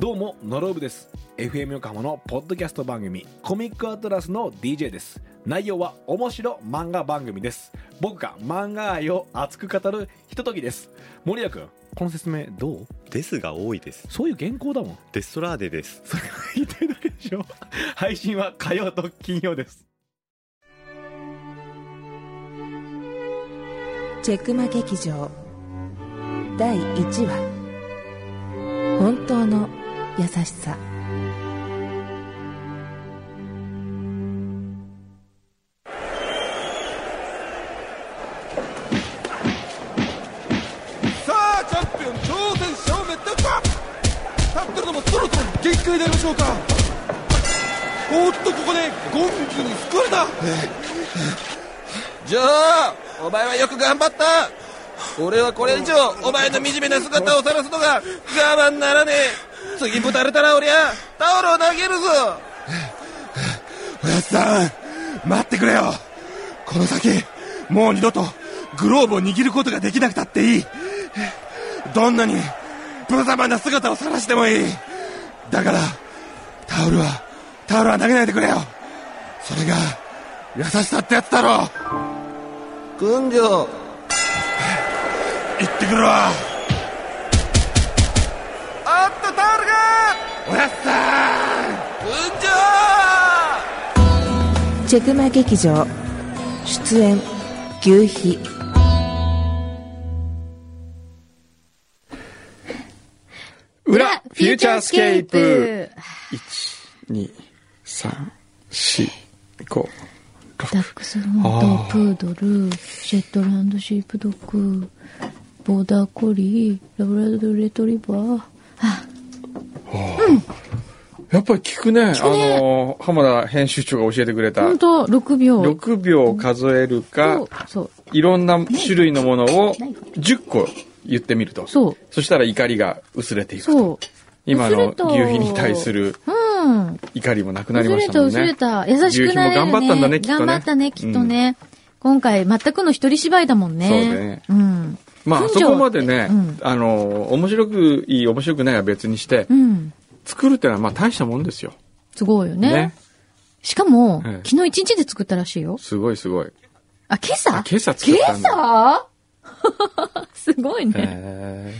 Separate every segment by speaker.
Speaker 1: どうもノロブです FM 横浜のポッドキャスト番組コミックアトラスの DJ です内容は面白漫画番組です僕が漫画愛を熱く語るひとときです森谷君この説明どう
Speaker 2: ですが多いです。
Speaker 1: そういう原稿だもん
Speaker 2: デストラーデです。
Speaker 1: それが言ってるだけでしょ配信は火曜と金曜です
Speaker 3: チェクマ劇場第1話本当の優しさ
Speaker 4: さあチャンピオン挑戦者をめったか立ってるのもそろそろ限界でありましょうかおっとここでゴングに救われたジョーお前はよく頑張った俺はこれ以上お前の惨めな姿を晒すのが我慢ならねえ次ぶたれたら俺はタオルを投げるぞおやつさん待ってくれよこの先もう二度とグローブを握ることができなくたっていいどんなに無様な姿を晒してもいいだからタオルはタオルは投げないでくれよそれが優しさってやつだろ軍業行ってくるわあっとタオルがおやっさ
Speaker 3: チェクマ劇場出演牛皮
Speaker 5: 裏フューチャースケープ
Speaker 6: 2、3、4、5。
Speaker 5: ダックスフント、プードル、シェットランドシープドッグ、ボーダーコリー、ラブラドルレトリバー。
Speaker 6: やっぱり聞くね。あ
Speaker 5: ね
Speaker 6: のー、浜田編集長が教えてくれた
Speaker 5: ほ。んと、6秒。
Speaker 6: 6秒数えるか
Speaker 5: そ、うそう。
Speaker 6: いろんな種類のものを
Speaker 5: ない
Speaker 6: 10個言ってみると。
Speaker 5: そう。
Speaker 6: そしたら怒りが薄れていくと。
Speaker 5: そう。
Speaker 6: 今
Speaker 5: 薄
Speaker 6: の
Speaker 5: れた
Speaker 6: 牛皮に対する
Speaker 5: うん。
Speaker 6: 怒りもなくなり
Speaker 5: 薄
Speaker 6: ました
Speaker 5: れた、
Speaker 6: もん
Speaker 5: 薄れ
Speaker 6: ね。
Speaker 5: た。優しくなれる、ね。
Speaker 6: 牛皮も頑張ったんだねきっとね
Speaker 5: 頑張ったね、きっとね。今回、全くの一人芝居だもんね。
Speaker 6: そうね
Speaker 5: うん。
Speaker 6: まあ、
Speaker 5: 群
Speaker 6: そ
Speaker 5: 青
Speaker 6: こまでね
Speaker 5: うん、
Speaker 6: あのー、面白くいい、面白くないは別にして
Speaker 5: う、ん。
Speaker 6: 作るってのはまあ大したもんですよ。
Speaker 5: すごいよね。
Speaker 6: ね。
Speaker 5: しかも、
Speaker 6: ええ
Speaker 5: 昨日一日で作ったらしいよ。
Speaker 6: すごいすご い。
Speaker 5: あ、今朝
Speaker 6: あ今朝作ったんだ
Speaker 5: 今朝 すごいね。
Speaker 6: へ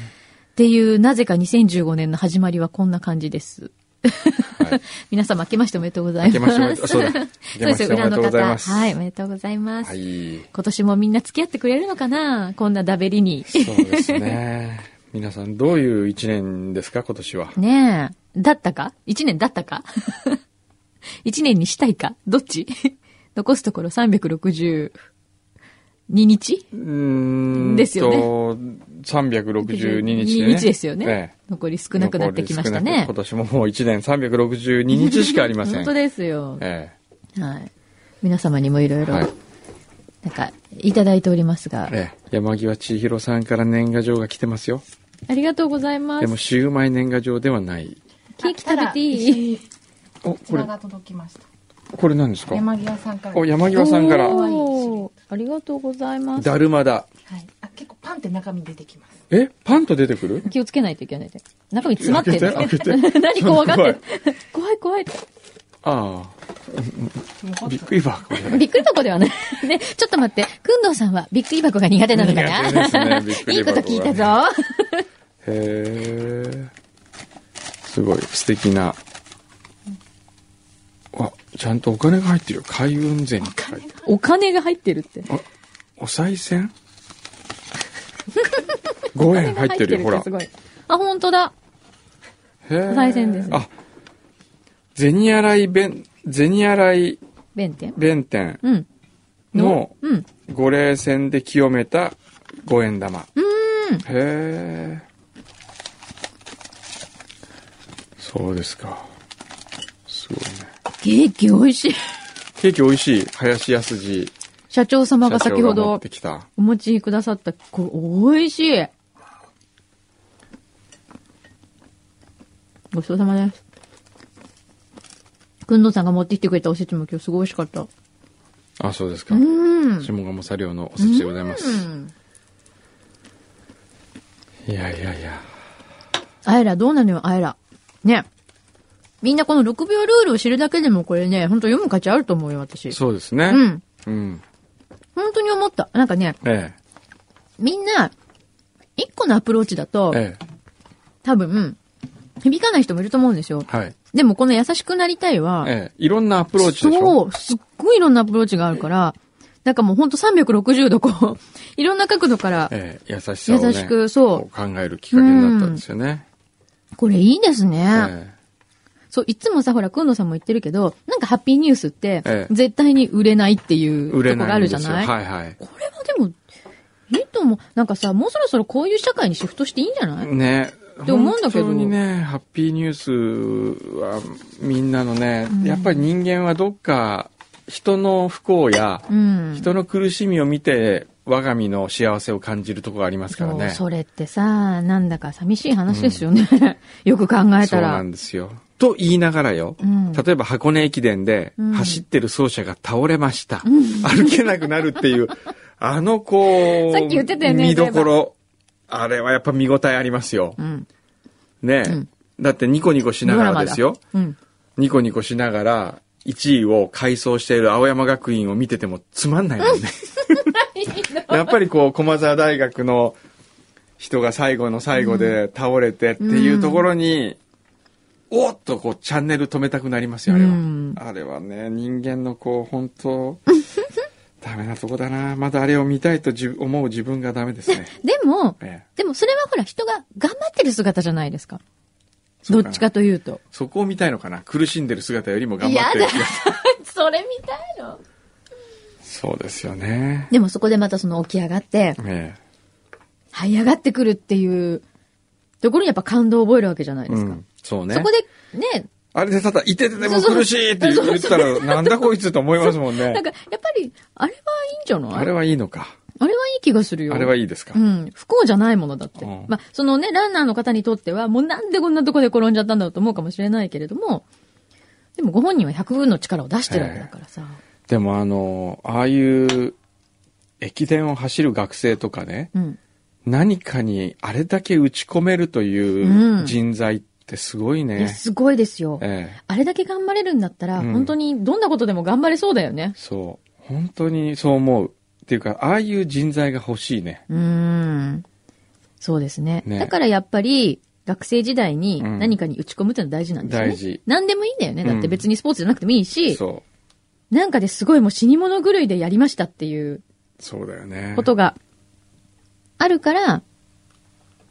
Speaker 5: っていう、なぜか2015年の始まりはこんな感じです。
Speaker 6: ーはい
Speaker 5: 皆様、明けましておめでとうございます。
Speaker 6: 明けましておめでとう そうだ
Speaker 5: そう
Speaker 6: 明け
Speaker 5: で
Speaker 6: まし
Speaker 5: す
Speaker 6: ておめで
Speaker 5: よ、裏
Speaker 6: と
Speaker 5: の
Speaker 6: うござい
Speaker 5: 方。
Speaker 6: ます
Speaker 5: はい、おめでとうございます。
Speaker 6: はい。
Speaker 5: 今年もみんな付き合ってくれるのかなこんなダベ リに。
Speaker 6: そうですね。皆さん、どういう一年ですか、今年は。
Speaker 5: ねえ。だったか一年だったか 一年にしたいかどっち 残すところ362日
Speaker 6: うーん
Speaker 5: ですよね
Speaker 6: 362日で、ね。
Speaker 5: 日ですよね。
Speaker 6: ええ
Speaker 5: 残り少なくなってきました
Speaker 6: 残り少な
Speaker 5: ね
Speaker 6: く今。年ももう一年362日しかありません。
Speaker 5: 本当ですよ。
Speaker 6: え
Speaker 5: はい。皆様にもいろい
Speaker 6: え
Speaker 5: ろ、
Speaker 6: は
Speaker 5: ないん。か、いただいておりますが、
Speaker 6: ええ山際千尋さんから年賀状が来てますよ。
Speaker 5: ありがとうございま
Speaker 6: でも、
Speaker 5: す。
Speaker 6: シウマイ年賀状ではない。
Speaker 5: ケーキ食べていい
Speaker 6: お、これ
Speaker 7: 砂、が届きました
Speaker 6: これ何ですか
Speaker 7: 山際さんから
Speaker 6: お、山際さんから、
Speaker 5: おーありがとうございます。
Speaker 6: だるまだ。
Speaker 7: はい、あ結構パンって中身出てきます
Speaker 6: え、パンと出てくる
Speaker 5: 気をつけないといけないで。中身詰まってる。
Speaker 6: 開けて開け
Speaker 5: 何怖がってる
Speaker 6: す。
Speaker 5: 怖い怖い。
Speaker 6: ああ。びっくりば、これ。
Speaker 5: びっくり箱ではない。 ね、ちょっと待って。くんどうさんはびっくり箱が苦手なのか
Speaker 6: 苦手です
Speaker 5: な、
Speaker 6: ねびっくり箱はい
Speaker 5: いこと聞いたぞ。
Speaker 6: へえ。すごい素敵な。あ、ちゃんとお金が入ってるよ。開運銭って書いてある
Speaker 5: お金が入ってるって。
Speaker 6: お賽 銭 ?5 円入ってるよ、ほら。
Speaker 5: すごい。あ、本当だ。
Speaker 6: へえ
Speaker 5: お賽銭ですね
Speaker 6: あ、銭洗い弁、銭洗い
Speaker 5: 弁天
Speaker 6: 弁天
Speaker 5: うん。
Speaker 6: の
Speaker 5: うん。
Speaker 6: 五霊銭で清めた五円玉。へえ。そうですか。すごいね。
Speaker 5: ケーキ美味しい。
Speaker 6: ケーキ美味しい。林康二
Speaker 5: 社長様が
Speaker 6: 社
Speaker 5: 先
Speaker 6: 長
Speaker 5: ほ
Speaker 6: が持っ
Speaker 5: ど
Speaker 6: てきた。
Speaker 5: お持ちくださった、これ、美味しい。ごちそうさまです。くんどうさんが持ってきてくれたおせちも今日すごい美味しかった。
Speaker 6: あ、そうですか。
Speaker 5: うん。
Speaker 6: 下鴨茶寮のおせちでございます。いやいやいや。
Speaker 5: あえら、どうなのよ、あえら。ね。みんなこの6秒ルールを知るだけでもこれね、本当読む価値あると思うよ、私。
Speaker 6: そうですね。
Speaker 5: うん。
Speaker 6: うん。
Speaker 5: 本当に思った。なんかね、
Speaker 6: え
Speaker 5: みんな、一個のアプローチだ
Speaker 6: え
Speaker 5: と。、
Speaker 6: ええ。
Speaker 5: 多分、響かない人もいると思うんですよ。
Speaker 6: はい。
Speaker 5: でもこの優しくなりたいは、
Speaker 6: ええ。いろんなアプローチでしょ
Speaker 5: そう、すっごいいろんなアプローチがあるから、なんかもうほんと360度こう、 いろんな角度から、
Speaker 6: ええ。優しさを、ね。
Speaker 5: 優しくそ
Speaker 6: こ
Speaker 5: う
Speaker 6: 考えるきっかけになったんですよね。
Speaker 5: これいいですね。
Speaker 6: え
Speaker 5: そう、いつもさ、ほら、くんのさんも言ってるけど、なんかハッピーニュースって、
Speaker 6: ええ
Speaker 5: 絶対に売れないってい
Speaker 6: え。
Speaker 5: う
Speaker 6: 売
Speaker 5: と
Speaker 6: れ
Speaker 5: こが
Speaker 6: な
Speaker 5: あ
Speaker 6: いん
Speaker 5: る
Speaker 6: で
Speaker 5: じゃ
Speaker 6: すよ。
Speaker 5: な
Speaker 6: はいいはい。
Speaker 5: これはでも、いいと思う。なんかさ、もうそろそろこういう社会にシフトしていいんじゃない、
Speaker 6: ね。
Speaker 5: て思うんだけど
Speaker 6: 本当にね、ハッピーニュースはみんなのね、
Speaker 5: うん
Speaker 6: やっぱり人間はどっか人の不幸や
Speaker 5: うん。
Speaker 6: 人の苦しみを見て我が身の幸せを感じるところがありますから
Speaker 5: そう、
Speaker 6: ね。
Speaker 5: それってさ、なんだか寂しい話ですよね。 よく考え
Speaker 6: そ
Speaker 5: た
Speaker 6: う
Speaker 5: ら。
Speaker 6: なんですよ。と言いながらよ、
Speaker 5: うん
Speaker 6: 例えば箱根駅伝で
Speaker 5: うん
Speaker 6: 走ってる走者が倒れました。歩けなくなるって いう、あのこう、
Speaker 5: さっき言ってたよね
Speaker 6: 見どころ、あれはやっぱ見応えありますよ
Speaker 5: う。ん。
Speaker 6: ね、
Speaker 5: うん
Speaker 6: だってニコニコしながらですよ。
Speaker 5: うん。
Speaker 6: ニコニコしながら、1位を改装している青山学院を見ててもつまんない もんね。やっぱりこう、駒沢大学の人が最後の最後で倒れてっていうところに、おっとこう、チャンネル止めたくなりますよ、あれは。
Speaker 5: うん
Speaker 6: あれはね、人間のこう、本当 ダメなとこだな。まだあれを見たいとじ思う自分がダメです ね。
Speaker 5: でも、
Speaker 6: ええ
Speaker 5: でもそれはほら、人が頑張ってる姿じゃないですか。ど
Speaker 6: う
Speaker 5: っ
Speaker 6: かな
Speaker 5: ちかというと。
Speaker 6: そこを見たいのかな。苦しんでる姿よりも頑張ってる姿。
Speaker 5: それみたいの
Speaker 6: そうですよね。
Speaker 5: でもそこでまたその起き上がって、
Speaker 6: ええ
Speaker 5: 這い上がってくるっていうところにやっぱ感動を覚えるわけじゃないですか。
Speaker 6: うんそうね。
Speaker 5: そこでね、
Speaker 6: あれでただ、いててで
Speaker 5: そう
Speaker 6: も
Speaker 5: そう
Speaker 6: 苦しいって言言ったら、 なんだこいつと思いますもん
Speaker 5: な
Speaker 6: ね
Speaker 5: ん。かやっぱり、あれはいいんじゃない
Speaker 6: あれはいいのか。
Speaker 5: あれはいい気がするよ。
Speaker 6: あれはいいですか
Speaker 5: う。ん。不幸じゃないものだって。
Speaker 6: うん
Speaker 5: まあ、そのね、ランナーの方にとっては、もうなんでこんなとこで転んじゃったんだろうと思うかもしれないけれども、でもご本人は100分の力を出してるわけだからさ。
Speaker 6: でもあの、ああいう、駅伝を走る学生とかね、
Speaker 5: うん。
Speaker 6: 何かにあれだけ打ち込めると
Speaker 5: う
Speaker 6: い
Speaker 5: ん
Speaker 6: う人材ってすごい
Speaker 5: いや、
Speaker 6: ね。
Speaker 5: すごいですよ。
Speaker 6: ええ、
Speaker 5: あれだけ頑張れるんだったら、
Speaker 6: うん
Speaker 5: 本当にどんなことでも頑張れそうだよね。
Speaker 6: そう。本当にそう思う。っていうか、ああいう人材が欲しいね。
Speaker 5: うーん。そうですね。
Speaker 6: ね
Speaker 5: だからやっぱり、学生時代に
Speaker 6: うん
Speaker 5: 何かに打ち込むってのは大事なんですよね。
Speaker 6: 大事
Speaker 5: 何でもいいんだよね。だって別にスポーツじゃなくてもいいし、
Speaker 6: そ
Speaker 5: なんかですごいもう死に物狂いでやりましたっていう
Speaker 6: う。そうだよね。
Speaker 5: ことがあるから、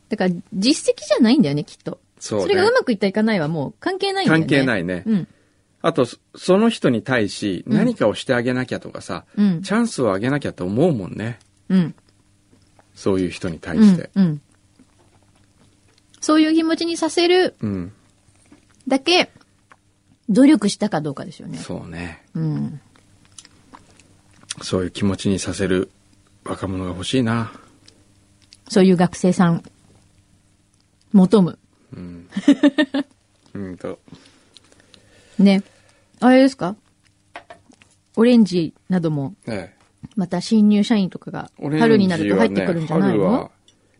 Speaker 5: だから実績じゃないんだよね、きっと。
Speaker 6: そ
Speaker 5: そ,、
Speaker 6: う
Speaker 5: れが
Speaker 6: ね
Speaker 5: う。まくいったいかないはもう関係ないんだよね。。
Speaker 6: 関係ないいね。
Speaker 5: うん。
Speaker 6: あと、そその人に対し
Speaker 5: うん
Speaker 6: 何かをしてあげなきゃとかさ、
Speaker 5: うん。
Speaker 6: チャンスをあげなきゃと思うもんね。
Speaker 5: うん。
Speaker 6: そういう人に対
Speaker 5: う
Speaker 6: し
Speaker 5: ん
Speaker 6: て。。
Speaker 5: うん。そういう気持ちにさせる
Speaker 6: うん。
Speaker 5: だけ、努力したかどうかですよね。
Speaker 6: そうね。
Speaker 5: うん。
Speaker 6: そういう気持ちにさせる若者が欲しいな。
Speaker 5: そういう学生さん、求む。
Speaker 6: うんと。
Speaker 5: ね。あれですかオレンジなども、
Speaker 6: ええ。
Speaker 5: また新入社員とかが、
Speaker 6: オレンジはね
Speaker 5: 春になると入ってくるんじゃない
Speaker 6: 春
Speaker 5: の
Speaker 6: は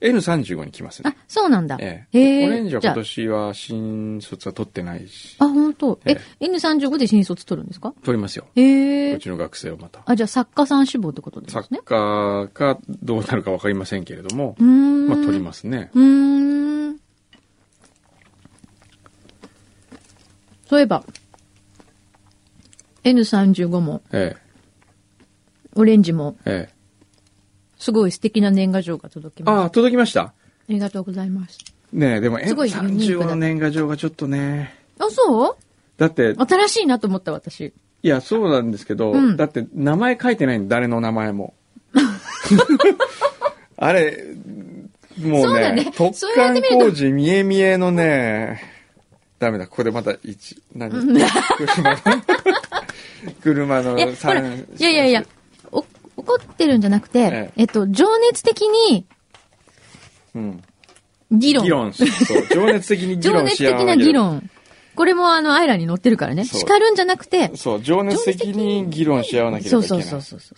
Speaker 6: N35 に来ます
Speaker 5: あ
Speaker 6: ね。、
Speaker 5: そうなんだ。
Speaker 6: え
Speaker 5: へ
Speaker 6: え。
Speaker 5: え。
Speaker 6: オレンジは
Speaker 5: じゃ
Speaker 6: 今
Speaker 5: あ
Speaker 6: 年は新卒は取ってないし。
Speaker 5: あ、本当。え
Speaker 6: え、
Speaker 5: N35 で新卒取るんですか
Speaker 6: 取りますよ。
Speaker 5: へえ
Speaker 6: う。ちの学生はまた。
Speaker 5: あ、じゃあ作家さん志望ってことです
Speaker 6: サ
Speaker 5: ね
Speaker 6: ッ。カーかどうなるかわかりませんけれども
Speaker 5: う、ーん。
Speaker 6: まあ取りますね。
Speaker 5: うーん。そういえば、N35 も、
Speaker 6: え
Speaker 5: オレンジも、
Speaker 6: え。ええ。
Speaker 5: すごい素敵な年賀状が届きました。
Speaker 6: ああ、届きました。
Speaker 5: ありがとうございます。
Speaker 6: ねえ、でも
Speaker 5: すごいユニ
Speaker 6: N35
Speaker 5: ークだ
Speaker 6: の年賀状がちょっとね、
Speaker 5: あ、そう
Speaker 6: だって、
Speaker 5: 新しいなと思った私。
Speaker 6: いや、そうなんですけど、
Speaker 5: うん
Speaker 6: だって名前書いてないの、誰の名前 も。あれ、も
Speaker 5: そう
Speaker 6: う
Speaker 5: だ
Speaker 6: ね、
Speaker 5: ね
Speaker 6: 特
Speaker 5: そうやっ
Speaker 6: 貫
Speaker 5: て見ると
Speaker 6: 工事見え見えのね、ダメだ、ここでまた1、何車の、車 の
Speaker 5: え、ほら、い
Speaker 6: 3、
Speaker 5: やいやいや、お怒ってるんじゃなくて、
Speaker 6: え
Speaker 5: えっと、情熱的に
Speaker 6: うん、
Speaker 5: 議論。
Speaker 6: 議論し、 そう、情熱的に議
Speaker 5: 情
Speaker 6: 論
Speaker 5: 熱
Speaker 6: し合わ
Speaker 5: 的な
Speaker 6: なきゃ
Speaker 5: 議論。これもあの、アイラに載ってるからね。
Speaker 6: そう
Speaker 5: 叱るんじゃなくて、
Speaker 6: そう、情熱的に議論し合わなければ
Speaker 5: そ
Speaker 6: いうけな
Speaker 5: そう
Speaker 6: い。
Speaker 5: そうそう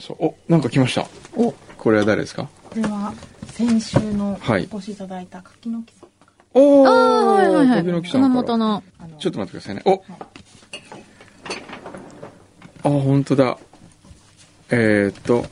Speaker 5: そう。
Speaker 6: そうお、なんか来ました。
Speaker 5: お、
Speaker 6: これは誰ですか
Speaker 7: これは先週の
Speaker 6: はい
Speaker 7: お越しいただいた柿の木さん。
Speaker 6: おー、
Speaker 5: ああ、はいはいはい。
Speaker 6: 時々さんか
Speaker 5: 熊
Speaker 6: ら
Speaker 5: 本の。
Speaker 6: ちょっと待ってくださいね。お、あ、本当だ。えーっと、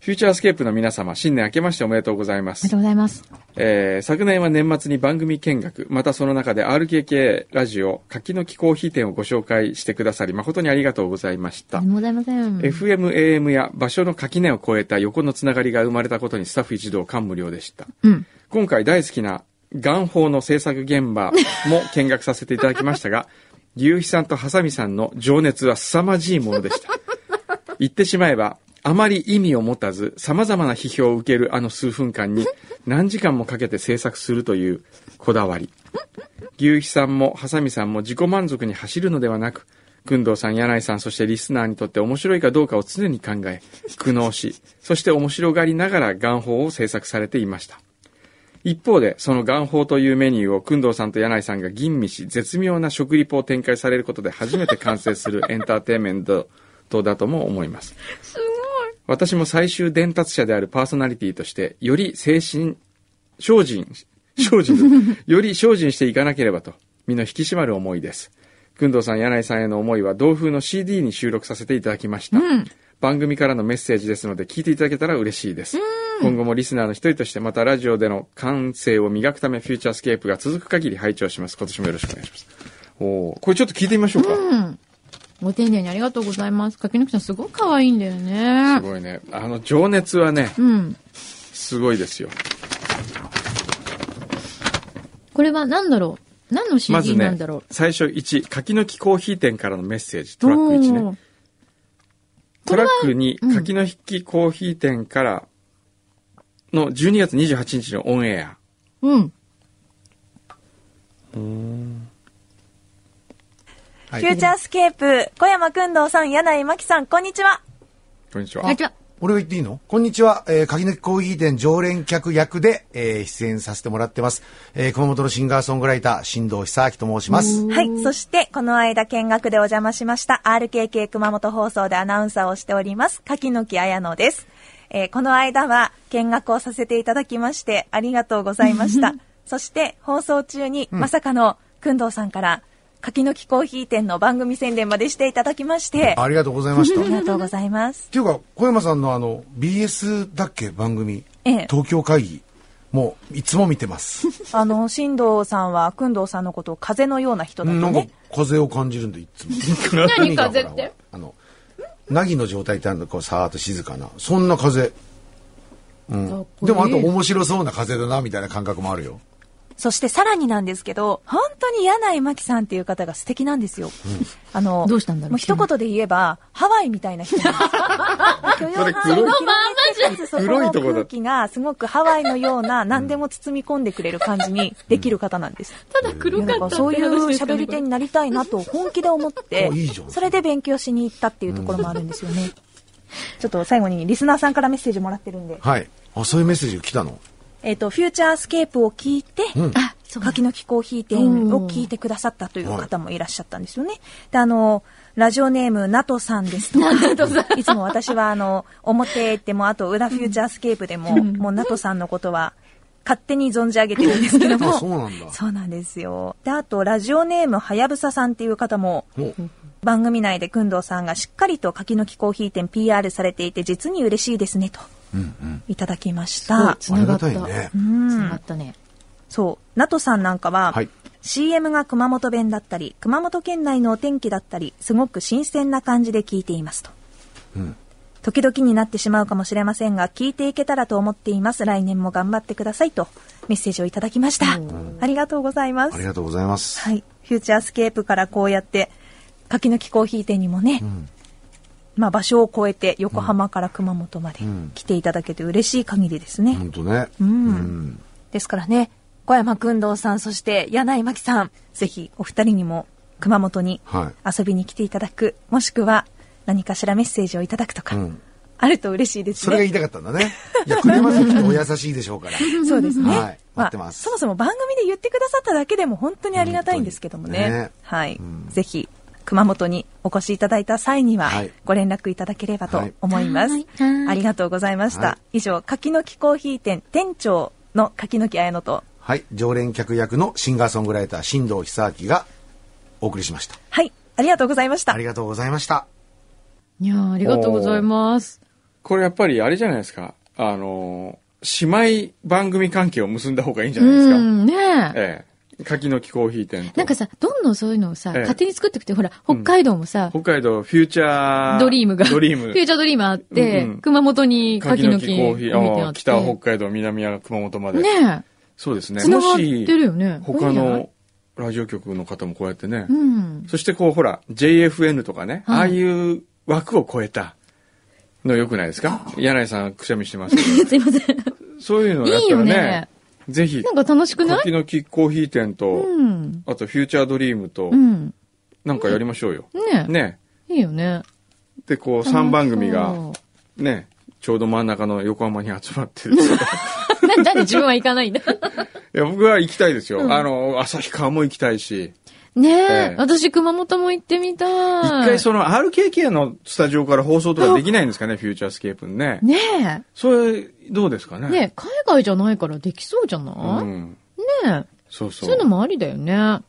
Speaker 6: フューチャースケープの皆様、新年明けましておめでとうございま
Speaker 5: おめですと。うございます。
Speaker 6: えー昨年は年末に番組見学、またその中で RKK ラジオ、柿の木コーヒー店をご紹介してくださり、誠にありがとうございまし
Speaker 5: と
Speaker 6: た
Speaker 5: ん。でもございません。
Speaker 6: FM、AM や場所の垣根を越えた横のつながりが生まれたことにスタッフ一同感無量でした。
Speaker 5: うん。
Speaker 6: 今回大好きな元宝の制作現場も見学させていただきましたが、 牛皮さんとハサミさんの情熱は凄まじいものでした。言ってしまえば、あまり意味を持たず、様々な批評を受けるあの数分間に、何時間もかけて制作するというこだわり。牛皮さんもハサミさんも自己満足に走るのではなく、工藤さん、柳井さん、そしてリスナーにとって面白いかどうかを常に考え、苦悩し、そして面白がりながら元宝を制作されていました。一方で、その元宝というメニューを、工藤さんと柳井さんが吟味し、絶妙な食リポを展開されることで初めて完成する エンターテインメントだとも思います。私も最終伝達者であるパーソナリティとして、より精神、精進、精進、より精進していかなければと、身の引き締まる思いです。くんどうさん、柳井さんへの思いは、同封の CD に収録させていただきました。番組からのメッセージですので、聞いていただけたら嬉しいです。今後もリスナーの一人として、またラジオでの感性を磨くため、フューチャースケープが続く限り拝聴します。今年もよろしくお願いします。おーこれちょっと聞いてみましょうか。
Speaker 5: ご丁寧にありがとうございます。柿の木さんすごい可愛いんだよね
Speaker 6: す。ごいね。あの、情熱はね、
Speaker 5: うん。
Speaker 6: すごいですよ。
Speaker 5: これは何だろう何の
Speaker 6: まず
Speaker 5: CD な
Speaker 6: ね
Speaker 5: んだろう、
Speaker 6: 最初1、柿の木コーヒー店からのメッセージ、トラック1
Speaker 5: お
Speaker 6: ね
Speaker 5: ー。
Speaker 6: トラック2、柿の木コーヒー店からの12月28日のオンエア。
Speaker 5: うん。
Speaker 8: フューチャースケープ、小山くんどうさん、柳井真紀さん、こんにちは。
Speaker 6: こんにち
Speaker 5: あ、
Speaker 6: は。
Speaker 5: じゃ
Speaker 9: 俺は言っていいのこんにちは、えー、柿の木コーヒー店常連客役で、えー出演させてもらってます。えー熊本のシンガーソングライター、新藤久明と申します。
Speaker 8: はい。そして、この間見学でお邪魔しました、RKK 熊本放送でアナウンサーをしております、柿の木彩乃です。えーこの間は見学をさせていただきまして、ありがとうございま した。そして、放送中に、まさかの、くんどうさんから、柿の木コーヒー店の番組宣伝までしていただきまして、あ
Speaker 9: ありがとうございました。っ
Speaker 8: りがとうございます。
Speaker 9: ていうか、小山さんのあの、BS だっけ番組、
Speaker 8: ええ
Speaker 9: 東京会議、もう、いつも見てます。
Speaker 8: あの、新藤さんは、くんどうさんのことを風のような人だと
Speaker 9: なんか
Speaker 8: ね。、
Speaker 9: 風を感じるんで、いつも。
Speaker 5: 何風って
Speaker 9: 海がほらあの、なぎの状態ってあるの、こう、さーっと静かな。そんな風。
Speaker 5: あ、
Speaker 9: でも、あと面白そうな風だな、みたいな感覚もあるよ。
Speaker 8: そしてさらになんですけど、本当に柳井真紀さんっていう方が素敵なんですよ。あの、
Speaker 5: どうしたんだろう
Speaker 8: もう一言で言えば、ハワイみたいな人なんです よ許容範囲を広げてかつそこ
Speaker 6: 黒い
Speaker 8: の
Speaker 6: とこだ
Speaker 8: 空気がすごくハワイのような何でも包み込んでくれる感じにできる方なんです。
Speaker 5: ただ黒
Speaker 8: な
Speaker 5: か
Speaker 8: ん
Speaker 5: った
Speaker 8: かそういう喋り手
Speaker 5: に。
Speaker 8: になりたいなと本気で思って
Speaker 9: おいいじゃ、ん
Speaker 8: それで勉強しに行ったっていうところもあるんですよね。ちょっと最後にリスナーさんからメッセージもらってるんで、
Speaker 9: はい。あ、そういうメッセージが来たの。
Speaker 8: えっ、と、フューチャースケープを聞いて、
Speaker 5: あ、そうだ。
Speaker 8: 柿の木コーヒー店を聞いてくださったという方もいらっしゃったんですよね。で、あの、ラジオネーム、ナトさんですとか、 いつも私は、あの、表でも、あと、裏フューチャースケープでも、もう、ナトさんのことは、勝手に存じ上げてるんですけども。
Speaker 9: あそうなんだ
Speaker 8: そうなんですよ。で、あと、ラジオネーム、はやぶささんっていう方も、
Speaker 9: お
Speaker 8: 番組内で、くんどうさんがしっかりと柿の木コーヒー店 PR されていて、実に嬉しいですね、と、いただきました。
Speaker 5: つ
Speaker 9: あ
Speaker 5: な
Speaker 9: り
Speaker 5: が
Speaker 9: が
Speaker 5: った。
Speaker 9: たい
Speaker 5: つ
Speaker 9: ね。
Speaker 5: ながったね。
Speaker 8: そう。ナトさんなんかは、
Speaker 9: はい
Speaker 8: CM が熊本弁だったり、熊本県内のお天気だったり、すごく新鮮な感じで聞いていますと。時々になってしまうかもしれませんが、聞いていけたらと思っています。来年も頑張ってくださいと、メッセージをいただきました。ありがとうございま
Speaker 9: あ
Speaker 8: す
Speaker 9: り。がとうございます。
Speaker 8: はい。フューチャースケープからこうやって、柿の木コーヒー店にもね、まあ場所を越えて横浜から熊本まで来ていただけて嬉しい限りですね。
Speaker 9: 本当ね。
Speaker 8: うんですからね、小山君堂さん、そして柳井真紀さん、ぜひお二人にも熊本に
Speaker 9: は
Speaker 8: 遊びに来ていただく、もしくは何かしらメッセージをいただくとか、
Speaker 9: うん
Speaker 8: あると嬉しいです
Speaker 9: それが
Speaker 8: ね。
Speaker 9: 言いたかったん だね。いや、栗山さんきっとお優しいでしょうから。
Speaker 8: そうですね。
Speaker 9: はい
Speaker 8: まあ
Speaker 9: 待ってます
Speaker 8: そもそも番組で言ってくださっただけでも本当にありがたいんですけどもね。
Speaker 9: 本当にね
Speaker 8: はい、ぜひ、熊本にお越しいただいた際には
Speaker 9: はい、
Speaker 8: ご連絡いただければと
Speaker 9: はい
Speaker 8: 思います。
Speaker 5: はいはい
Speaker 8: ありがとうございました。
Speaker 9: は
Speaker 8: 以上、柿の木コーヒー店店長の柿の木彩乃と、
Speaker 9: はい、常連客役のシンガーソングライター、新藤久明がお送りしました。
Speaker 8: はい。ありがとうございました
Speaker 9: あり。がとうございました。
Speaker 5: いやーありがとうございます。
Speaker 6: これやっぱりあれじゃないですか。あのー、姉妹番組関係を結んだ方がいいんじゃないですか。
Speaker 5: うん、ね
Speaker 6: え
Speaker 5: え。
Speaker 6: え。柿の木コーヒー店と。
Speaker 5: なんかさ、どんどんそういうのをさ、
Speaker 6: ええ
Speaker 5: 勝手に作ってくて、ほら、北海道もさ、
Speaker 6: 北海道フューチャー。
Speaker 5: ドリームが、
Speaker 6: ドリーム
Speaker 5: フュ。ーチャードリームあって、
Speaker 6: うんうん
Speaker 5: 熊本に
Speaker 6: 柿
Speaker 5: 柿
Speaker 6: の
Speaker 5: の
Speaker 6: 木
Speaker 5: 木
Speaker 6: コーヒー。
Speaker 5: 置いてあ
Speaker 6: あ
Speaker 5: っ
Speaker 6: あ
Speaker 5: て
Speaker 6: 北は北海道、南は熊本まで。
Speaker 5: ね
Speaker 6: そうです
Speaker 5: え、
Speaker 6: ね。
Speaker 5: 繋
Speaker 6: も
Speaker 5: がって
Speaker 6: し、
Speaker 5: るよね。
Speaker 6: 他
Speaker 5: いいんじゃない
Speaker 6: のラジオ局の方もこうやってね。
Speaker 5: うん。
Speaker 6: そしてこう、ほら、JFN とかね、
Speaker 5: はい
Speaker 6: ああいう枠を超えたの良くないですか柳井さんくしゃみしてますけど。
Speaker 5: すいません。
Speaker 6: そういうのやった
Speaker 5: いいよ
Speaker 6: らね、
Speaker 5: ね
Speaker 6: ぜひ
Speaker 5: な、んか楽しくない
Speaker 6: 柿の木コーヒー店と、
Speaker 5: うん。
Speaker 6: あとフューチャードリームと
Speaker 5: う、ん。ね
Speaker 6: なんかやりましょうよ。
Speaker 5: え。
Speaker 6: ね。
Speaker 5: いいよね。
Speaker 6: で、こう、3番組
Speaker 5: 楽
Speaker 6: が、
Speaker 5: し
Speaker 6: ね、ちょうど真ん中の横浜に集まってですね
Speaker 5: そう。な、なんで自分は行かないん だ
Speaker 6: いや、僕は行きたいですよ。あの、旭川も行きたいし、
Speaker 5: ねえ、
Speaker 6: え
Speaker 5: 私熊本も行ってみたい。
Speaker 6: 一回その RKK のスタジオから放送とかできないんですかね、フューチャースケープね。
Speaker 5: ね
Speaker 6: それ、どうですかね。
Speaker 5: え。ねえ、海外じゃないからできそうじゃ
Speaker 6: う
Speaker 5: ない、ね
Speaker 6: ん。
Speaker 5: え。
Speaker 6: そうそう。
Speaker 5: そういうのもありだよね。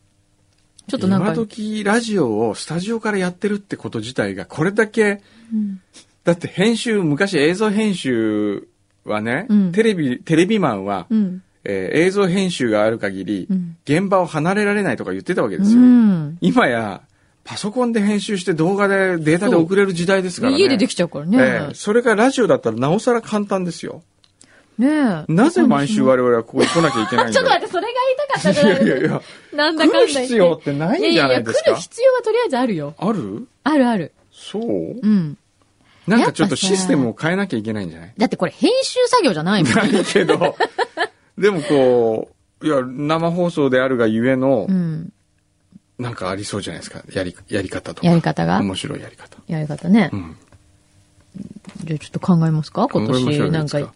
Speaker 5: ちょっとなん
Speaker 6: 今
Speaker 5: か、
Speaker 6: 時ラジオをスタジオからやってるってこと自体がこれだけ、だって編集昔映像編集はね、
Speaker 5: うん
Speaker 6: テレビテレビマンは、
Speaker 5: うん。
Speaker 6: えー映像編集がある限り、
Speaker 5: うん
Speaker 6: 現場を離れられないとか言ってたわけ
Speaker 5: う
Speaker 6: ですよ、
Speaker 5: ん。
Speaker 6: 今やパソコンで編集して動画でデータで送れる時代ですからね
Speaker 5: 家でできちゃうからね。
Speaker 6: ええそれがラジオだったらなおさら簡単ですよ
Speaker 5: ねえ。
Speaker 6: なぜ毎週我々はここに来なきゃいけないんだ
Speaker 5: ちょっと待っ
Speaker 6: ろ
Speaker 5: て、それが言いたかった
Speaker 6: う
Speaker 5: じゃない
Speaker 6: いやいやい や
Speaker 5: なんだかんだ
Speaker 6: 来る
Speaker 5: 言って。
Speaker 6: 必要ってないんじゃないです
Speaker 5: いやいや、来
Speaker 6: か
Speaker 5: る必要はとりあえずあるよ。
Speaker 6: ある
Speaker 5: あるある。
Speaker 6: そう
Speaker 5: うん。
Speaker 6: なんかちょっと
Speaker 5: やっぱさ
Speaker 6: システムを変えなきゃいけないんじゃない
Speaker 5: だってこれ編集作業じゃないもん。
Speaker 6: ないけ ど、でもこう、いや、生放送であるがゆえの
Speaker 5: う、ん。
Speaker 6: なんかありそうじゃないですか。やり、やり方とか。
Speaker 5: やり方が
Speaker 6: 面白いやり方。
Speaker 5: やり方ね。
Speaker 6: うん。
Speaker 5: じゃあちょっと考えますか今
Speaker 6: 面白
Speaker 5: 年。
Speaker 6: いじゃ
Speaker 5: な
Speaker 6: ない
Speaker 5: ん
Speaker 6: です
Speaker 5: か。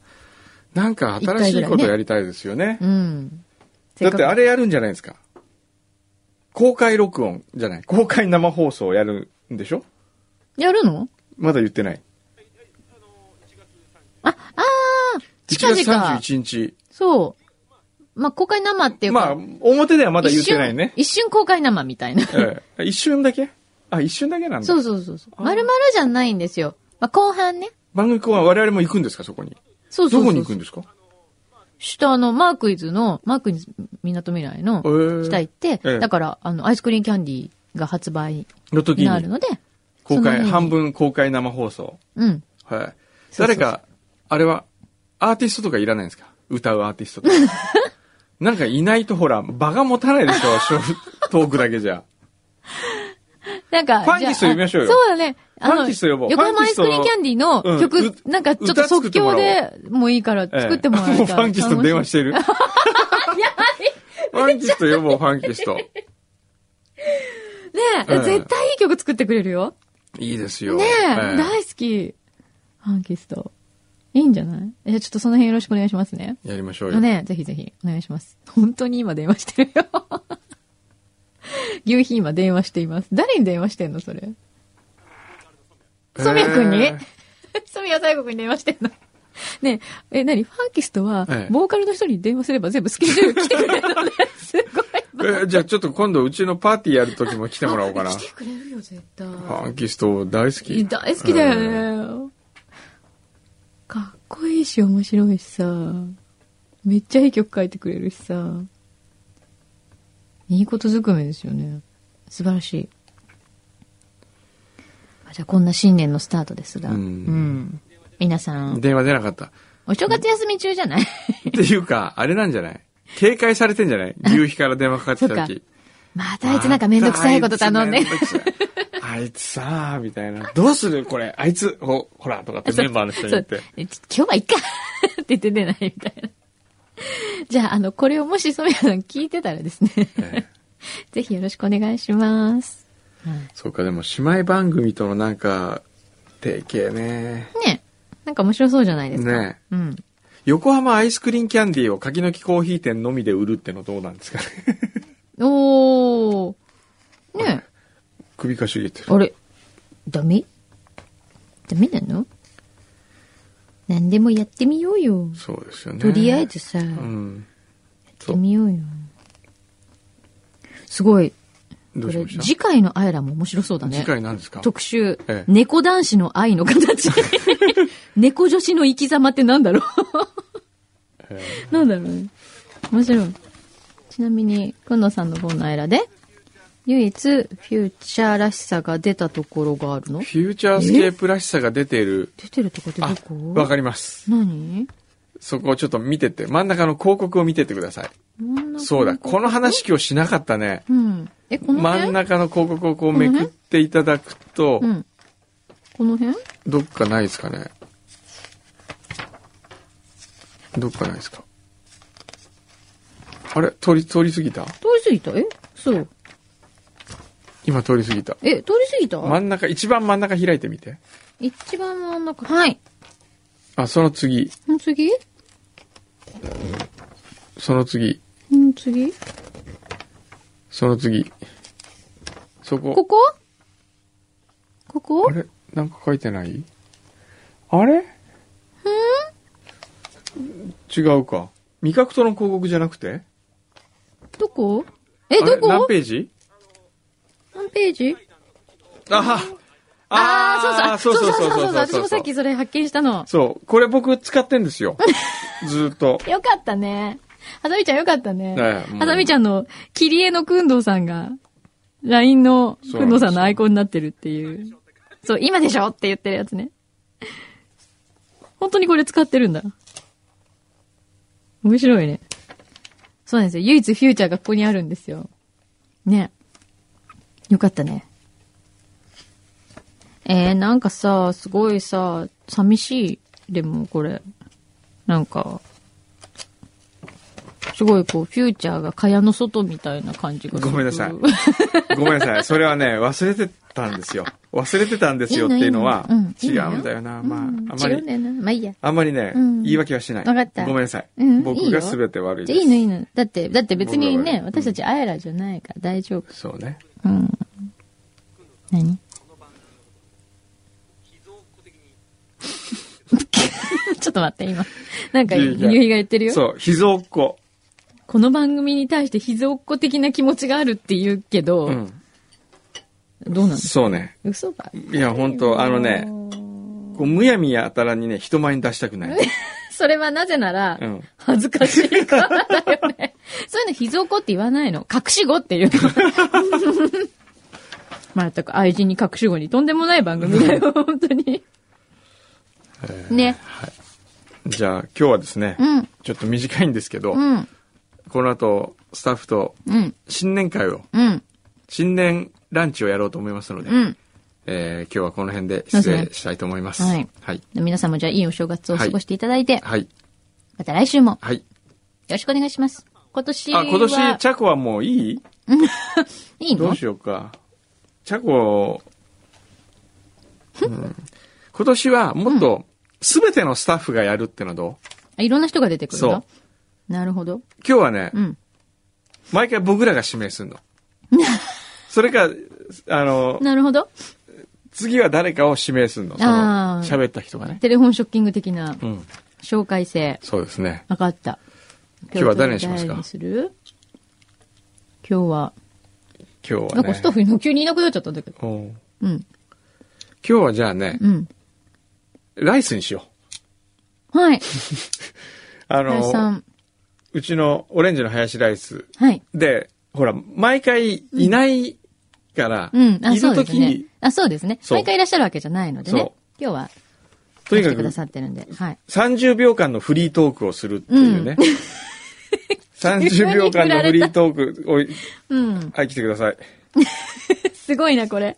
Speaker 6: なんか新しいことやりたいですよね。
Speaker 5: うん。
Speaker 6: だってあ
Speaker 5: れ
Speaker 6: れやるんじゃないですか。公開録音じゃない。公開生放送をやるんでしょ
Speaker 5: やるの
Speaker 6: まだ言ってない。
Speaker 5: あ、あー近
Speaker 6: 1月
Speaker 5: 々。
Speaker 6: 31日。
Speaker 5: そう。まあ、公開生っていう
Speaker 6: まあ
Speaker 5: か。、
Speaker 6: 表ではまだ言
Speaker 5: 一
Speaker 6: って
Speaker 5: 瞬
Speaker 6: ないね。
Speaker 5: 一瞬公開生みたいな。
Speaker 6: ええ一瞬だけあ、一瞬だけなんだ
Speaker 5: そ。うそうそうそう。まるまるじゃないんですよ。まあ、後半ね。
Speaker 6: 番組後半我々も行くんですか、そこに。
Speaker 5: そうそうそ
Speaker 6: ど
Speaker 5: う。
Speaker 6: こに行くんですか
Speaker 5: 下のマークイズの、マークイズ港未来の
Speaker 6: へー
Speaker 5: 下行って、
Speaker 6: ええ
Speaker 5: だから、あの、アイスクリーンキャンディーが発売
Speaker 6: の時
Speaker 5: になる
Speaker 6: に
Speaker 5: ので、
Speaker 6: 公
Speaker 5: その日
Speaker 6: 開
Speaker 5: に
Speaker 6: 半分公開生放送
Speaker 5: うん。
Speaker 6: はい
Speaker 5: そうそう
Speaker 6: 誰かあれはアーティストとかいらないんですか歌うアーティスト とかなんかいないとほら場が持たないでしょショートークだけじゃ
Speaker 5: なんか、
Speaker 6: ファンキスト呼びましょうよ
Speaker 5: じゃああそうだね。あ
Speaker 6: ファンキスト呼ぼう
Speaker 5: 横浜
Speaker 6: ファン
Speaker 5: アイ
Speaker 6: キ
Speaker 5: ス
Speaker 6: スト
Speaker 5: クリーンキャンディーの曲、
Speaker 6: うんう
Speaker 5: なんかちょっと即興でもいいから
Speaker 6: ええ
Speaker 5: 作ってもらえたら
Speaker 6: もうファンキストに電話 してるファンキスト呼ぼうファンキスト
Speaker 5: ねえ、
Speaker 6: ええ
Speaker 5: 絶対いい曲作ってくれるよ。
Speaker 6: いいですよ
Speaker 5: ねえ、
Speaker 6: ええ
Speaker 5: 大好き。ファンキスト。いいんじゃないえ、ちょっとその辺よろしくお願いしますね。
Speaker 6: やりましょうよ
Speaker 5: ねぜひぜひお願いします。本当に今電話してるよ。 牛皮今電話しています。誰に電話してんのそれ。ソミヤ君に
Speaker 6: ええ
Speaker 5: ソミヤ大国に電話してんのねえ、え、なにファンキストは
Speaker 6: ええ、
Speaker 5: ボーカルの人に電話すれば全部スケジュール来てくれるので、 すごい。
Speaker 6: えじゃあちょっと今度うちのパーティーやる時も来てもらおう かな
Speaker 5: 来
Speaker 6: フ
Speaker 5: てくれるよ、絶対。
Speaker 6: ァンキスト大好き
Speaker 5: 大好きだよね、
Speaker 6: ええ
Speaker 5: かっこいいし面白いしさめっちゃいい曲書いてくれるしさいいことずくめですよね素晴らしいあじゃあこんな新年のスタートですが
Speaker 6: うん
Speaker 5: ん皆さん
Speaker 6: 電話出なかった
Speaker 5: お正月休み中じゃない
Speaker 6: っていうか、あれなんじゃない警戒されてんじゃ ない牛皮から電話かかってきた時。
Speaker 5: またあいつなんかめんどくさいこと頼んで
Speaker 6: あいつめどくさいあいつさー、みたいな。どうするこれ、あいつ、ほ、ほら、とかってメンバーの人に
Speaker 5: そ
Speaker 6: 言っ
Speaker 5: う
Speaker 6: て。
Speaker 5: えち今日はいっか って言って出ないみたいな。じゃあ、あの、これをもし染谷さん聞いてたらですね、
Speaker 6: え
Speaker 5: ぜひよろしくお願いします。
Speaker 6: そうか、でも姉妹番組とのなんか、提携ね。
Speaker 5: ねえなんか面白そうじゃないですか。
Speaker 6: ね
Speaker 5: うん。
Speaker 6: 横浜アイスクリーンキャンディーを柿の木コーヒー店のみで売るってのどうなんですかね。
Speaker 5: おー。ね
Speaker 6: 首かしげて
Speaker 5: え
Speaker 6: る。
Speaker 5: あれ、ダメダメなの何でもやってみようよ。
Speaker 6: そうですよね。
Speaker 5: とりあえ。ずさ、やっ
Speaker 6: うん。
Speaker 5: 行ってみようよ。すごい。
Speaker 6: ど
Speaker 5: こ
Speaker 6: うし
Speaker 5: れ、
Speaker 6: ました
Speaker 5: 次回のアイラも面白そうだね。
Speaker 6: 次回何ですか
Speaker 5: 特集、
Speaker 6: ええ
Speaker 5: 猫男子の愛の 形。猫女子の生き様ってなんだろうなんだろうね。面白い。ちなみに、くんのさんの方のアイラで、唯一、フューチャーらしさが出たところがあるの
Speaker 6: フューチャースケープらしさが出ている。
Speaker 5: 出てるとこってど
Speaker 6: あ、
Speaker 5: こ
Speaker 6: わかります。
Speaker 5: 何
Speaker 6: そこをちょっと見てて、真ん中の広告を見ててください。そうだ、この話今日しなかったね。
Speaker 5: うん。え、この辺
Speaker 6: 真ん中の広告をこうめくっていただくと
Speaker 5: う、ん。この辺
Speaker 6: どっかないですかね。どっかないですか。あれ通り、通り過ぎた
Speaker 5: 通り過ぎたえそう。
Speaker 6: 今通り過ぎた。
Speaker 5: え、通り過ぎた、
Speaker 6: 真ん中、一番真ん中開いてみて。
Speaker 5: 一番真ん中。はい。
Speaker 6: あ、その次、
Speaker 5: ん次
Speaker 6: その次、
Speaker 5: ん次
Speaker 6: その次。そこ。
Speaker 5: ここここ
Speaker 6: あれなんか書いてないあれ違うか。味覚との広告じゃなくて
Speaker 5: どこえ、
Speaker 6: あれ
Speaker 5: どこ
Speaker 6: 何ページ
Speaker 5: 何ページ
Speaker 6: あ
Speaker 5: あー、そうそう。そうそうそうそう。私もさっき
Speaker 6: そう。
Speaker 5: それ発見したの。
Speaker 6: そう、これ僕使ってんですよ。 ずーっと。
Speaker 5: よかったね。はさみちゃんよかったね。
Speaker 6: ええもう
Speaker 5: はさみちゃんの、切り絵のくんどうさんが、LINE の
Speaker 6: そう
Speaker 5: く
Speaker 6: なんんで
Speaker 5: どう
Speaker 6: すよ
Speaker 5: さんのアイコンになってるっていう。そう、今でしょって言ってるやつね。本当にこれ使ってるんだ。面白いね。そうなんですよ。唯一フューチャーがここにあるんですよ。ね。よかったね。えー、なんかさ、すごいさ、寂しい。でも、これ。なんか、すごいこう、フューチャーが蚊帳の外みたいな感じがする
Speaker 6: ごめんなさいごめんなさい。それはね、忘れてたんですよ。忘れてたんですよっていうのは、
Speaker 5: いいのいい
Speaker 6: 違
Speaker 5: のうん
Speaker 6: うんだよな。まあ、あんま
Speaker 5: 違うん
Speaker 6: り、
Speaker 5: だよな。まあいいや。
Speaker 6: あんまりね、
Speaker 5: うん
Speaker 6: 言い訳はしない。
Speaker 5: わかった
Speaker 6: ごめんなさい。
Speaker 5: うんいい
Speaker 6: 僕
Speaker 5: よ
Speaker 6: が全て悪い
Speaker 5: じ
Speaker 6: で
Speaker 5: ゃ
Speaker 6: す。
Speaker 5: あいいのいいの。だって、だって別に
Speaker 6: 僕は
Speaker 5: ね
Speaker 6: 悪、い
Speaker 5: 私たちアイラじゃないから大丈夫。
Speaker 6: そうね。
Speaker 5: うん。何 ちょっと待って、今。なんか、
Speaker 6: いや
Speaker 5: ゆ
Speaker 6: いや
Speaker 5: うひが言ってるよ。
Speaker 6: そう、秘蔵っ子。
Speaker 5: この番組に対してひぞっこ的な気持ちがあるって言うけど、
Speaker 6: うん。
Speaker 5: どうなんですか
Speaker 6: そうね。
Speaker 5: 嘘か。
Speaker 6: いや、本当あのね、こう、むやみやたらにね、人前に出したくない。
Speaker 5: それはなぜなら、
Speaker 6: うん
Speaker 5: 恥ずかしいからだよね。そういうの、ひぞこって言わないの。隠し語っていうの まったく愛人に隠し語にとんでもない番組だよ、本当に。ね。
Speaker 6: じゃあ、今日はですね、
Speaker 5: うん、
Speaker 6: ちょっと短いんですけど、
Speaker 5: うん、
Speaker 6: この後、スタッフと
Speaker 5: うん、
Speaker 6: 新年会を、
Speaker 5: うん、
Speaker 6: 新年ランチをやろうと思いますので、
Speaker 5: うん。
Speaker 6: えー今日はこの辺で失礼したいと思います。
Speaker 5: そうですね
Speaker 6: はい。
Speaker 5: 皆さんもじゃあいいお正月を過ごしていただいて、
Speaker 6: はい。
Speaker 5: また来週もよ
Speaker 6: はい。
Speaker 5: ろしくお願いします。今年は。
Speaker 6: あ、今年、チャコはもういい
Speaker 5: いい
Speaker 6: ど
Speaker 5: の
Speaker 6: うしようか。チャコ、うん今年はもっと、すべてのスタッフがやるってのはどう
Speaker 5: あいろんな人が出てくる
Speaker 6: そ
Speaker 5: の
Speaker 6: う
Speaker 5: なるほど。
Speaker 6: 今日はね、
Speaker 5: うん。
Speaker 6: 毎回僕らが指名するの。それか、あの、
Speaker 5: なるほど。
Speaker 6: 次は誰かを指名するの。そ
Speaker 5: あ
Speaker 6: の、
Speaker 5: ー
Speaker 6: 喋った人がね。
Speaker 5: テレフォンショッキング的な
Speaker 6: うん。
Speaker 5: 紹介性。
Speaker 6: そうですね。
Speaker 5: わかった。
Speaker 6: 今日は誰にしますか
Speaker 5: 今日は誰にする今日は、
Speaker 6: 今日はね。
Speaker 5: なんかスタッフの急にいなくなっちゃったんだけど。
Speaker 6: うん
Speaker 5: うん。
Speaker 6: 今日はじゃあね、
Speaker 5: うん。
Speaker 6: ライスにしよ
Speaker 5: はい。
Speaker 6: う。あ
Speaker 5: 林さ
Speaker 6: の、
Speaker 5: ん。
Speaker 6: うちのオレンジの林ライス
Speaker 5: はい。
Speaker 6: で、ほら、毎回いないから、
Speaker 5: うん。あ、
Speaker 6: い
Speaker 5: そ
Speaker 6: る
Speaker 5: うで
Speaker 6: と
Speaker 5: す
Speaker 6: き
Speaker 5: ね
Speaker 6: に、。
Speaker 5: あ、そうですね。
Speaker 6: そう
Speaker 5: 毎回いらっしゃるわけじゃないのでね
Speaker 6: そう。
Speaker 5: 今日は、
Speaker 6: とに
Speaker 5: 来
Speaker 6: か
Speaker 5: てくだ
Speaker 6: く
Speaker 5: さってるんで。はい。
Speaker 6: 30秒間のフリートークをするっていう ね。30秒間のフリートークを、
Speaker 5: うん。
Speaker 6: はい、来てください。
Speaker 5: すごいな、これ。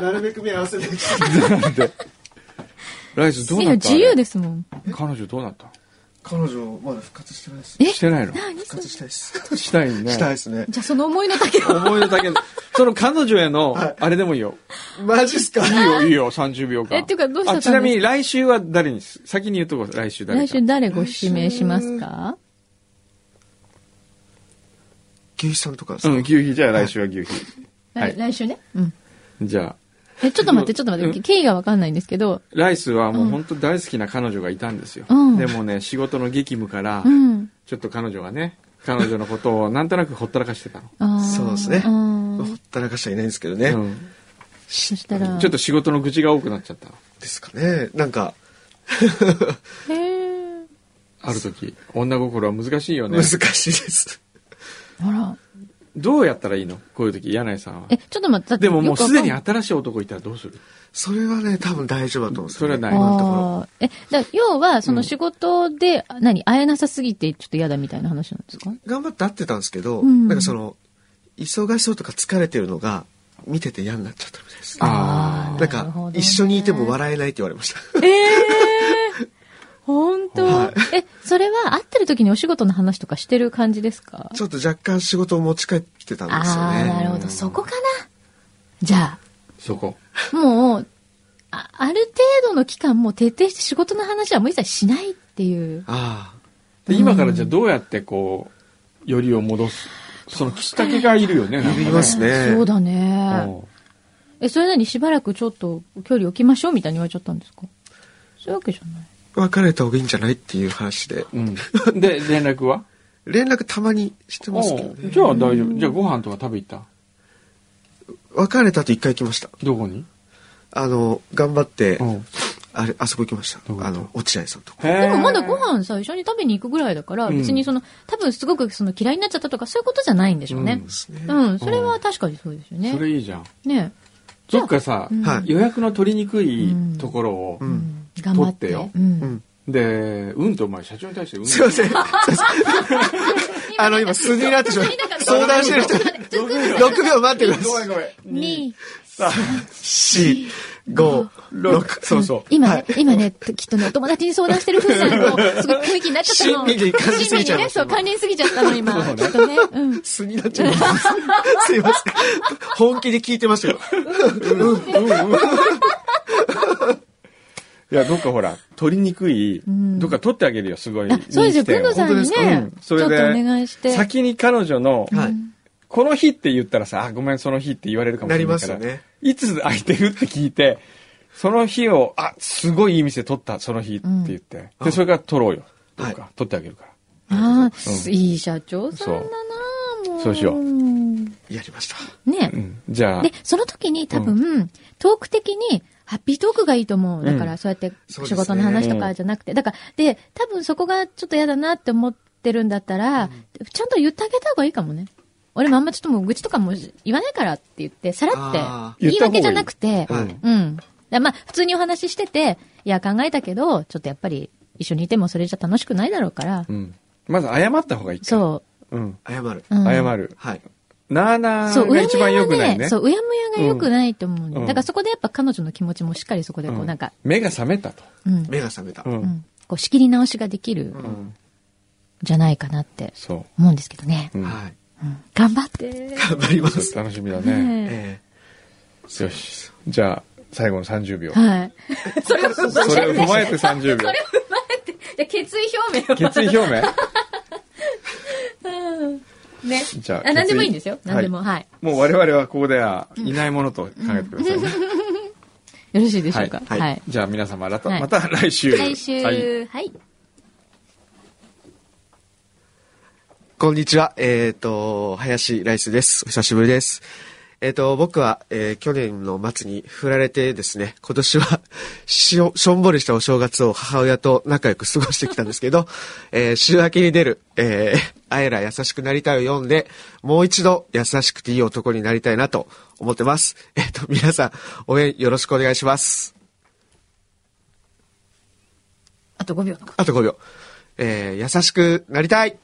Speaker 9: なるべく目合わせて
Speaker 6: ライスどう
Speaker 5: い
Speaker 6: な
Speaker 5: や、
Speaker 6: った
Speaker 5: 自由ですもん。
Speaker 6: 彼女どうなった
Speaker 9: 彼女まだ復活してないです
Speaker 5: え
Speaker 6: してないの
Speaker 5: 何そ
Speaker 9: 復
Speaker 5: れ
Speaker 9: 活したいです
Speaker 6: したいね。
Speaker 9: したいですね
Speaker 5: じゃあその思いの 丈を。
Speaker 6: 思いの丈、その彼女への、あれでもいいよ。
Speaker 9: マジっすか
Speaker 6: いいよ、いいよ、30秒間。
Speaker 5: えっていうかどうしたの
Speaker 6: あちなみに来週は誰にす先に言っとこう、来週誰か。
Speaker 5: 来週誰ご指名しますか
Speaker 9: 牛肥さんとかです
Speaker 6: うん、牛皮。じゃあ来週は牛皮。は
Speaker 5: 来
Speaker 6: い
Speaker 5: 来週ね。うん。
Speaker 6: じゃあ、
Speaker 5: え、ちょっと待って、ちょっと待って、経緯がわかんないんですけど、
Speaker 6: ライスはもう本当大好きな彼女がいたんですよ、
Speaker 5: うん
Speaker 6: でもね仕事の激務から、
Speaker 5: うん。
Speaker 6: ちょっと彼女がね彼女のことをなんとなくほったらかしてたの、
Speaker 5: あー
Speaker 10: そうですね
Speaker 5: うん
Speaker 10: ほったらかしちゃいないんですけどね。
Speaker 6: うん
Speaker 5: そしたら、
Speaker 6: ちょっと仕事の愚痴が多くなっちゃったの
Speaker 10: ですかね。なんか、
Speaker 5: へー
Speaker 6: ある時女心は難しいよね
Speaker 10: 難しいです。
Speaker 5: あら。
Speaker 6: どうやったらいいのこういう時柳井さんは
Speaker 5: え、ちょっと待って、だって
Speaker 6: でももうすでに
Speaker 5: よくわかん
Speaker 6: 新しい男いたらどうする
Speaker 10: それはね、多分大丈夫だと思うんですよ、ね。
Speaker 6: それはない
Speaker 5: あ
Speaker 6: 今の
Speaker 5: あーえ、だ要は、その仕事で、何、会えなさすぎて、ちょっと嫌だみたいな話なんですか
Speaker 10: 頑張って会ってたんですけど、
Speaker 5: うん
Speaker 10: なんかその、忙しそうとか疲れてるのが、見てて嫌になっちゃったみたいです。
Speaker 6: あ
Speaker 10: な
Speaker 5: な
Speaker 10: ん
Speaker 5: るほど
Speaker 10: か、
Speaker 5: ね
Speaker 10: 一緒にいても笑えないって言われま した。
Speaker 5: ええ本当、え、それは会ってる時にお仕事の話とかしてる感じですか
Speaker 10: ちょっと若干仕事を持ち帰ってたんですよ
Speaker 5: ああ、
Speaker 10: ね。
Speaker 5: なるほど。そこかな。じゃ
Speaker 6: そこ
Speaker 5: あ、もう、あある程度の期間もう徹底して仕事の話はもう一切しないっていう。
Speaker 10: ああ。
Speaker 6: で今からじゃあどうやってこうよりを戻すそのきっかけがいるよねなんかね
Speaker 10: いりますね。
Speaker 5: そうだ
Speaker 6: う
Speaker 5: ね。
Speaker 6: ん
Speaker 5: え、それなりにしばらくちょっと距離置きましょうみたいに言われちゃったんですかそういうわけじゃない。
Speaker 10: 別れた方がいいんじゃないっていう話で。
Speaker 6: うん、で連絡は
Speaker 10: 連絡たまにしてますけど
Speaker 6: おう
Speaker 10: ね。
Speaker 6: じゃあ大丈夫じゃあご飯とか食べ行った
Speaker 10: 別れたと一回行きました。
Speaker 6: どこに
Speaker 10: あの、頑張って、
Speaker 6: うん
Speaker 10: あれ、あそこ行きました
Speaker 6: どこ。行
Speaker 10: あ
Speaker 6: った
Speaker 10: の、落合さんとこ。
Speaker 6: へー
Speaker 5: でもまだご飯最初に食べに行くぐらいだから、
Speaker 6: うん
Speaker 5: 別にその、多分すごくその嫌いになっちゃったとかそういうことじゃないんでしょうね。うん、それは確かにそうですよね。
Speaker 6: それいいじゃん
Speaker 5: ね
Speaker 6: どっかさ、
Speaker 5: うん
Speaker 10: はい
Speaker 6: 予約の取りにくいところを、
Speaker 10: うん。
Speaker 5: 頑張って。
Speaker 6: 取ってよ
Speaker 5: うん
Speaker 10: うん
Speaker 6: でうんとお前社長に対してうん
Speaker 10: すいません。すいませんあの、今、素になっ てしまう。相談してる人、6秒待ってください。
Speaker 5: に、
Speaker 10: 4、5、6。
Speaker 6: そうそう
Speaker 5: 今ね、今ね、きっとね、お友達に相談してるふうさんの、すごい雰囲気になっちゃったの。
Speaker 10: 親身に感じすぎち
Speaker 5: 親身
Speaker 10: ゃい
Speaker 5: に
Speaker 10: ま
Speaker 5: ね、
Speaker 10: し
Speaker 5: そ
Speaker 10: た
Speaker 5: う、関連すぎちゃったの、今。きっとね。うん。
Speaker 10: 素になっちゃいました。すいません。本気で聞いてましたよ。
Speaker 6: いやどっかほら取りにくい、
Speaker 5: ん
Speaker 6: どっか取ってあげるよすごい
Speaker 5: あ、そうですよ、くんのさ
Speaker 6: 本
Speaker 5: んに
Speaker 6: 当ですか
Speaker 5: ね
Speaker 6: うん、
Speaker 5: ち
Speaker 6: そ
Speaker 5: ょっとお
Speaker 6: れで
Speaker 5: 願いして。
Speaker 6: 先に彼女の、
Speaker 10: はい。
Speaker 6: この日って言ったらさ、あ、ごめん、その日って言われるかもしれないから。
Speaker 10: なりますよね
Speaker 6: いつ空いてるって聞いて、その日を、あ、すごいいい店取った、その日って言って。で、それから取ろうよ。どうか、取ってあげるから。
Speaker 5: ああ、いい社長さんだなもう。
Speaker 6: そうしよう
Speaker 10: やりました。
Speaker 5: ね
Speaker 6: うん。じゃあ
Speaker 5: で、、その時に多分、トーク的に、ハッピートークがいいと思う。だから、そうやって
Speaker 10: そうです
Speaker 5: 仕
Speaker 10: ね
Speaker 5: 事の話とかじゃなくて。だから、で、多分そこがちょっと嫌だなって思ってるんだったら、ちゃんと言ってあげた方がいいかもね。俺もあんまちょっともう愚痴とかも言わないからって言って、さら
Speaker 10: あ
Speaker 5: って、
Speaker 6: ー
Speaker 5: 言い訳じゃなくて、
Speaker 10: 言った方がいい
Speaker 5: うん。だからまあ、普通にお話ししてて、いや、考えたけど、ちょっとやっぱり、一緒にいてもそれじゃ楽しくないだろうから、
Speaker 6: うん。まず謝った方がいい。。
Speaker 5: そう
Speaker 6: うん。
Speaker 10: 謝る。
Speaker 5: う。うん、
Speaker 6: 謝る。
Speaker 10: はい。
Speaker 6: なあな
Speaker 5: そ
Speaker 6: あ
Speaker 5: う、う
Speaker 6: が
Speaker 5: や
Speaker 6: 一
Speaker 5: む
Speaker 6: 番
Speaker 5: や
Speaker 6: 良く
Speaker 5: は
Speaker 6: ない
Speaker 5: ね、
Speaker 6: ね。
Speaker 5: そう、うやむやが良くないと思うね、
Speaker 6: うん
Speaker 5: だからそこでやっぱ彼女の気持ちもしっかりそこでこう、
Speaker 6: うん
Speaker 5: なんか、
Speaker 6: 目が覚めたと。
Speaker 5: うん、
Speaker 10: 目が覚めた
Speaker 6: う。
Speaker 5: うん
Speaker 6: ん。
Speaker 5: こう仕切り直しができる、
Speaker 6: ん
Speaker 5: じゃないかなって
Speaker 6: そ
Speaker 5: 思うんですけどね。
Speaker 6: う。うん。
Speaker 10: はい。
Speaker 5: 頑張って。
Speaker 10: 頑張りま
Speaker 6: そう
Speaker 10: す。
Speaker 6: 楽しみだね。
Speaker 5: ね
Speaker 10: え
Speaker 6: よし。じゃあ、最後の30秒
Speaker 5: え。はい。 それを踏ま
Speaker 6: それを
Speaker 5: えて、
Speaker 6: 踏まえて30秒。
Speaker 5: で決意表明を。
Speaker 6: 決意表 明
Speaker 5: ね。
Speaker 6: じゃあ
Speaker 5: あ、何でもいいんで
Speaker 6: 決
Speaker 5: す
Speaker 6: 意
Speaker 5: よ。何でも。はい。
Speaker 6: もう我々はここではいないものと考えてくださいね。
Speaker 5: よろしいでしょうか。は。
Speaker 6: はいい。じゃあ皆様、また
Speaker 5: はい
Speaker 6: また来週。
Speaker 5: 来週、
Speaker 6: は
Speaker 5: はいい。
Speaker 10: ーこんにちは。えっと、林ライスです。お久しぶりです。えっと、僕は、えー去年の末に振られてですね、今年は しょ、しょんぼりしたお正月を母親と仲良く過ごしてきたんですけど、 えー週明けに出る、えー、あえら優しくなりたいを読んで、もう一度優しくていい男になりたいなと思ってます。えっと、皆さん、応援よろしくお願いします。
Speaker 5: あと5秒の
Speaker 10: あと5秒。えー優しくなりたい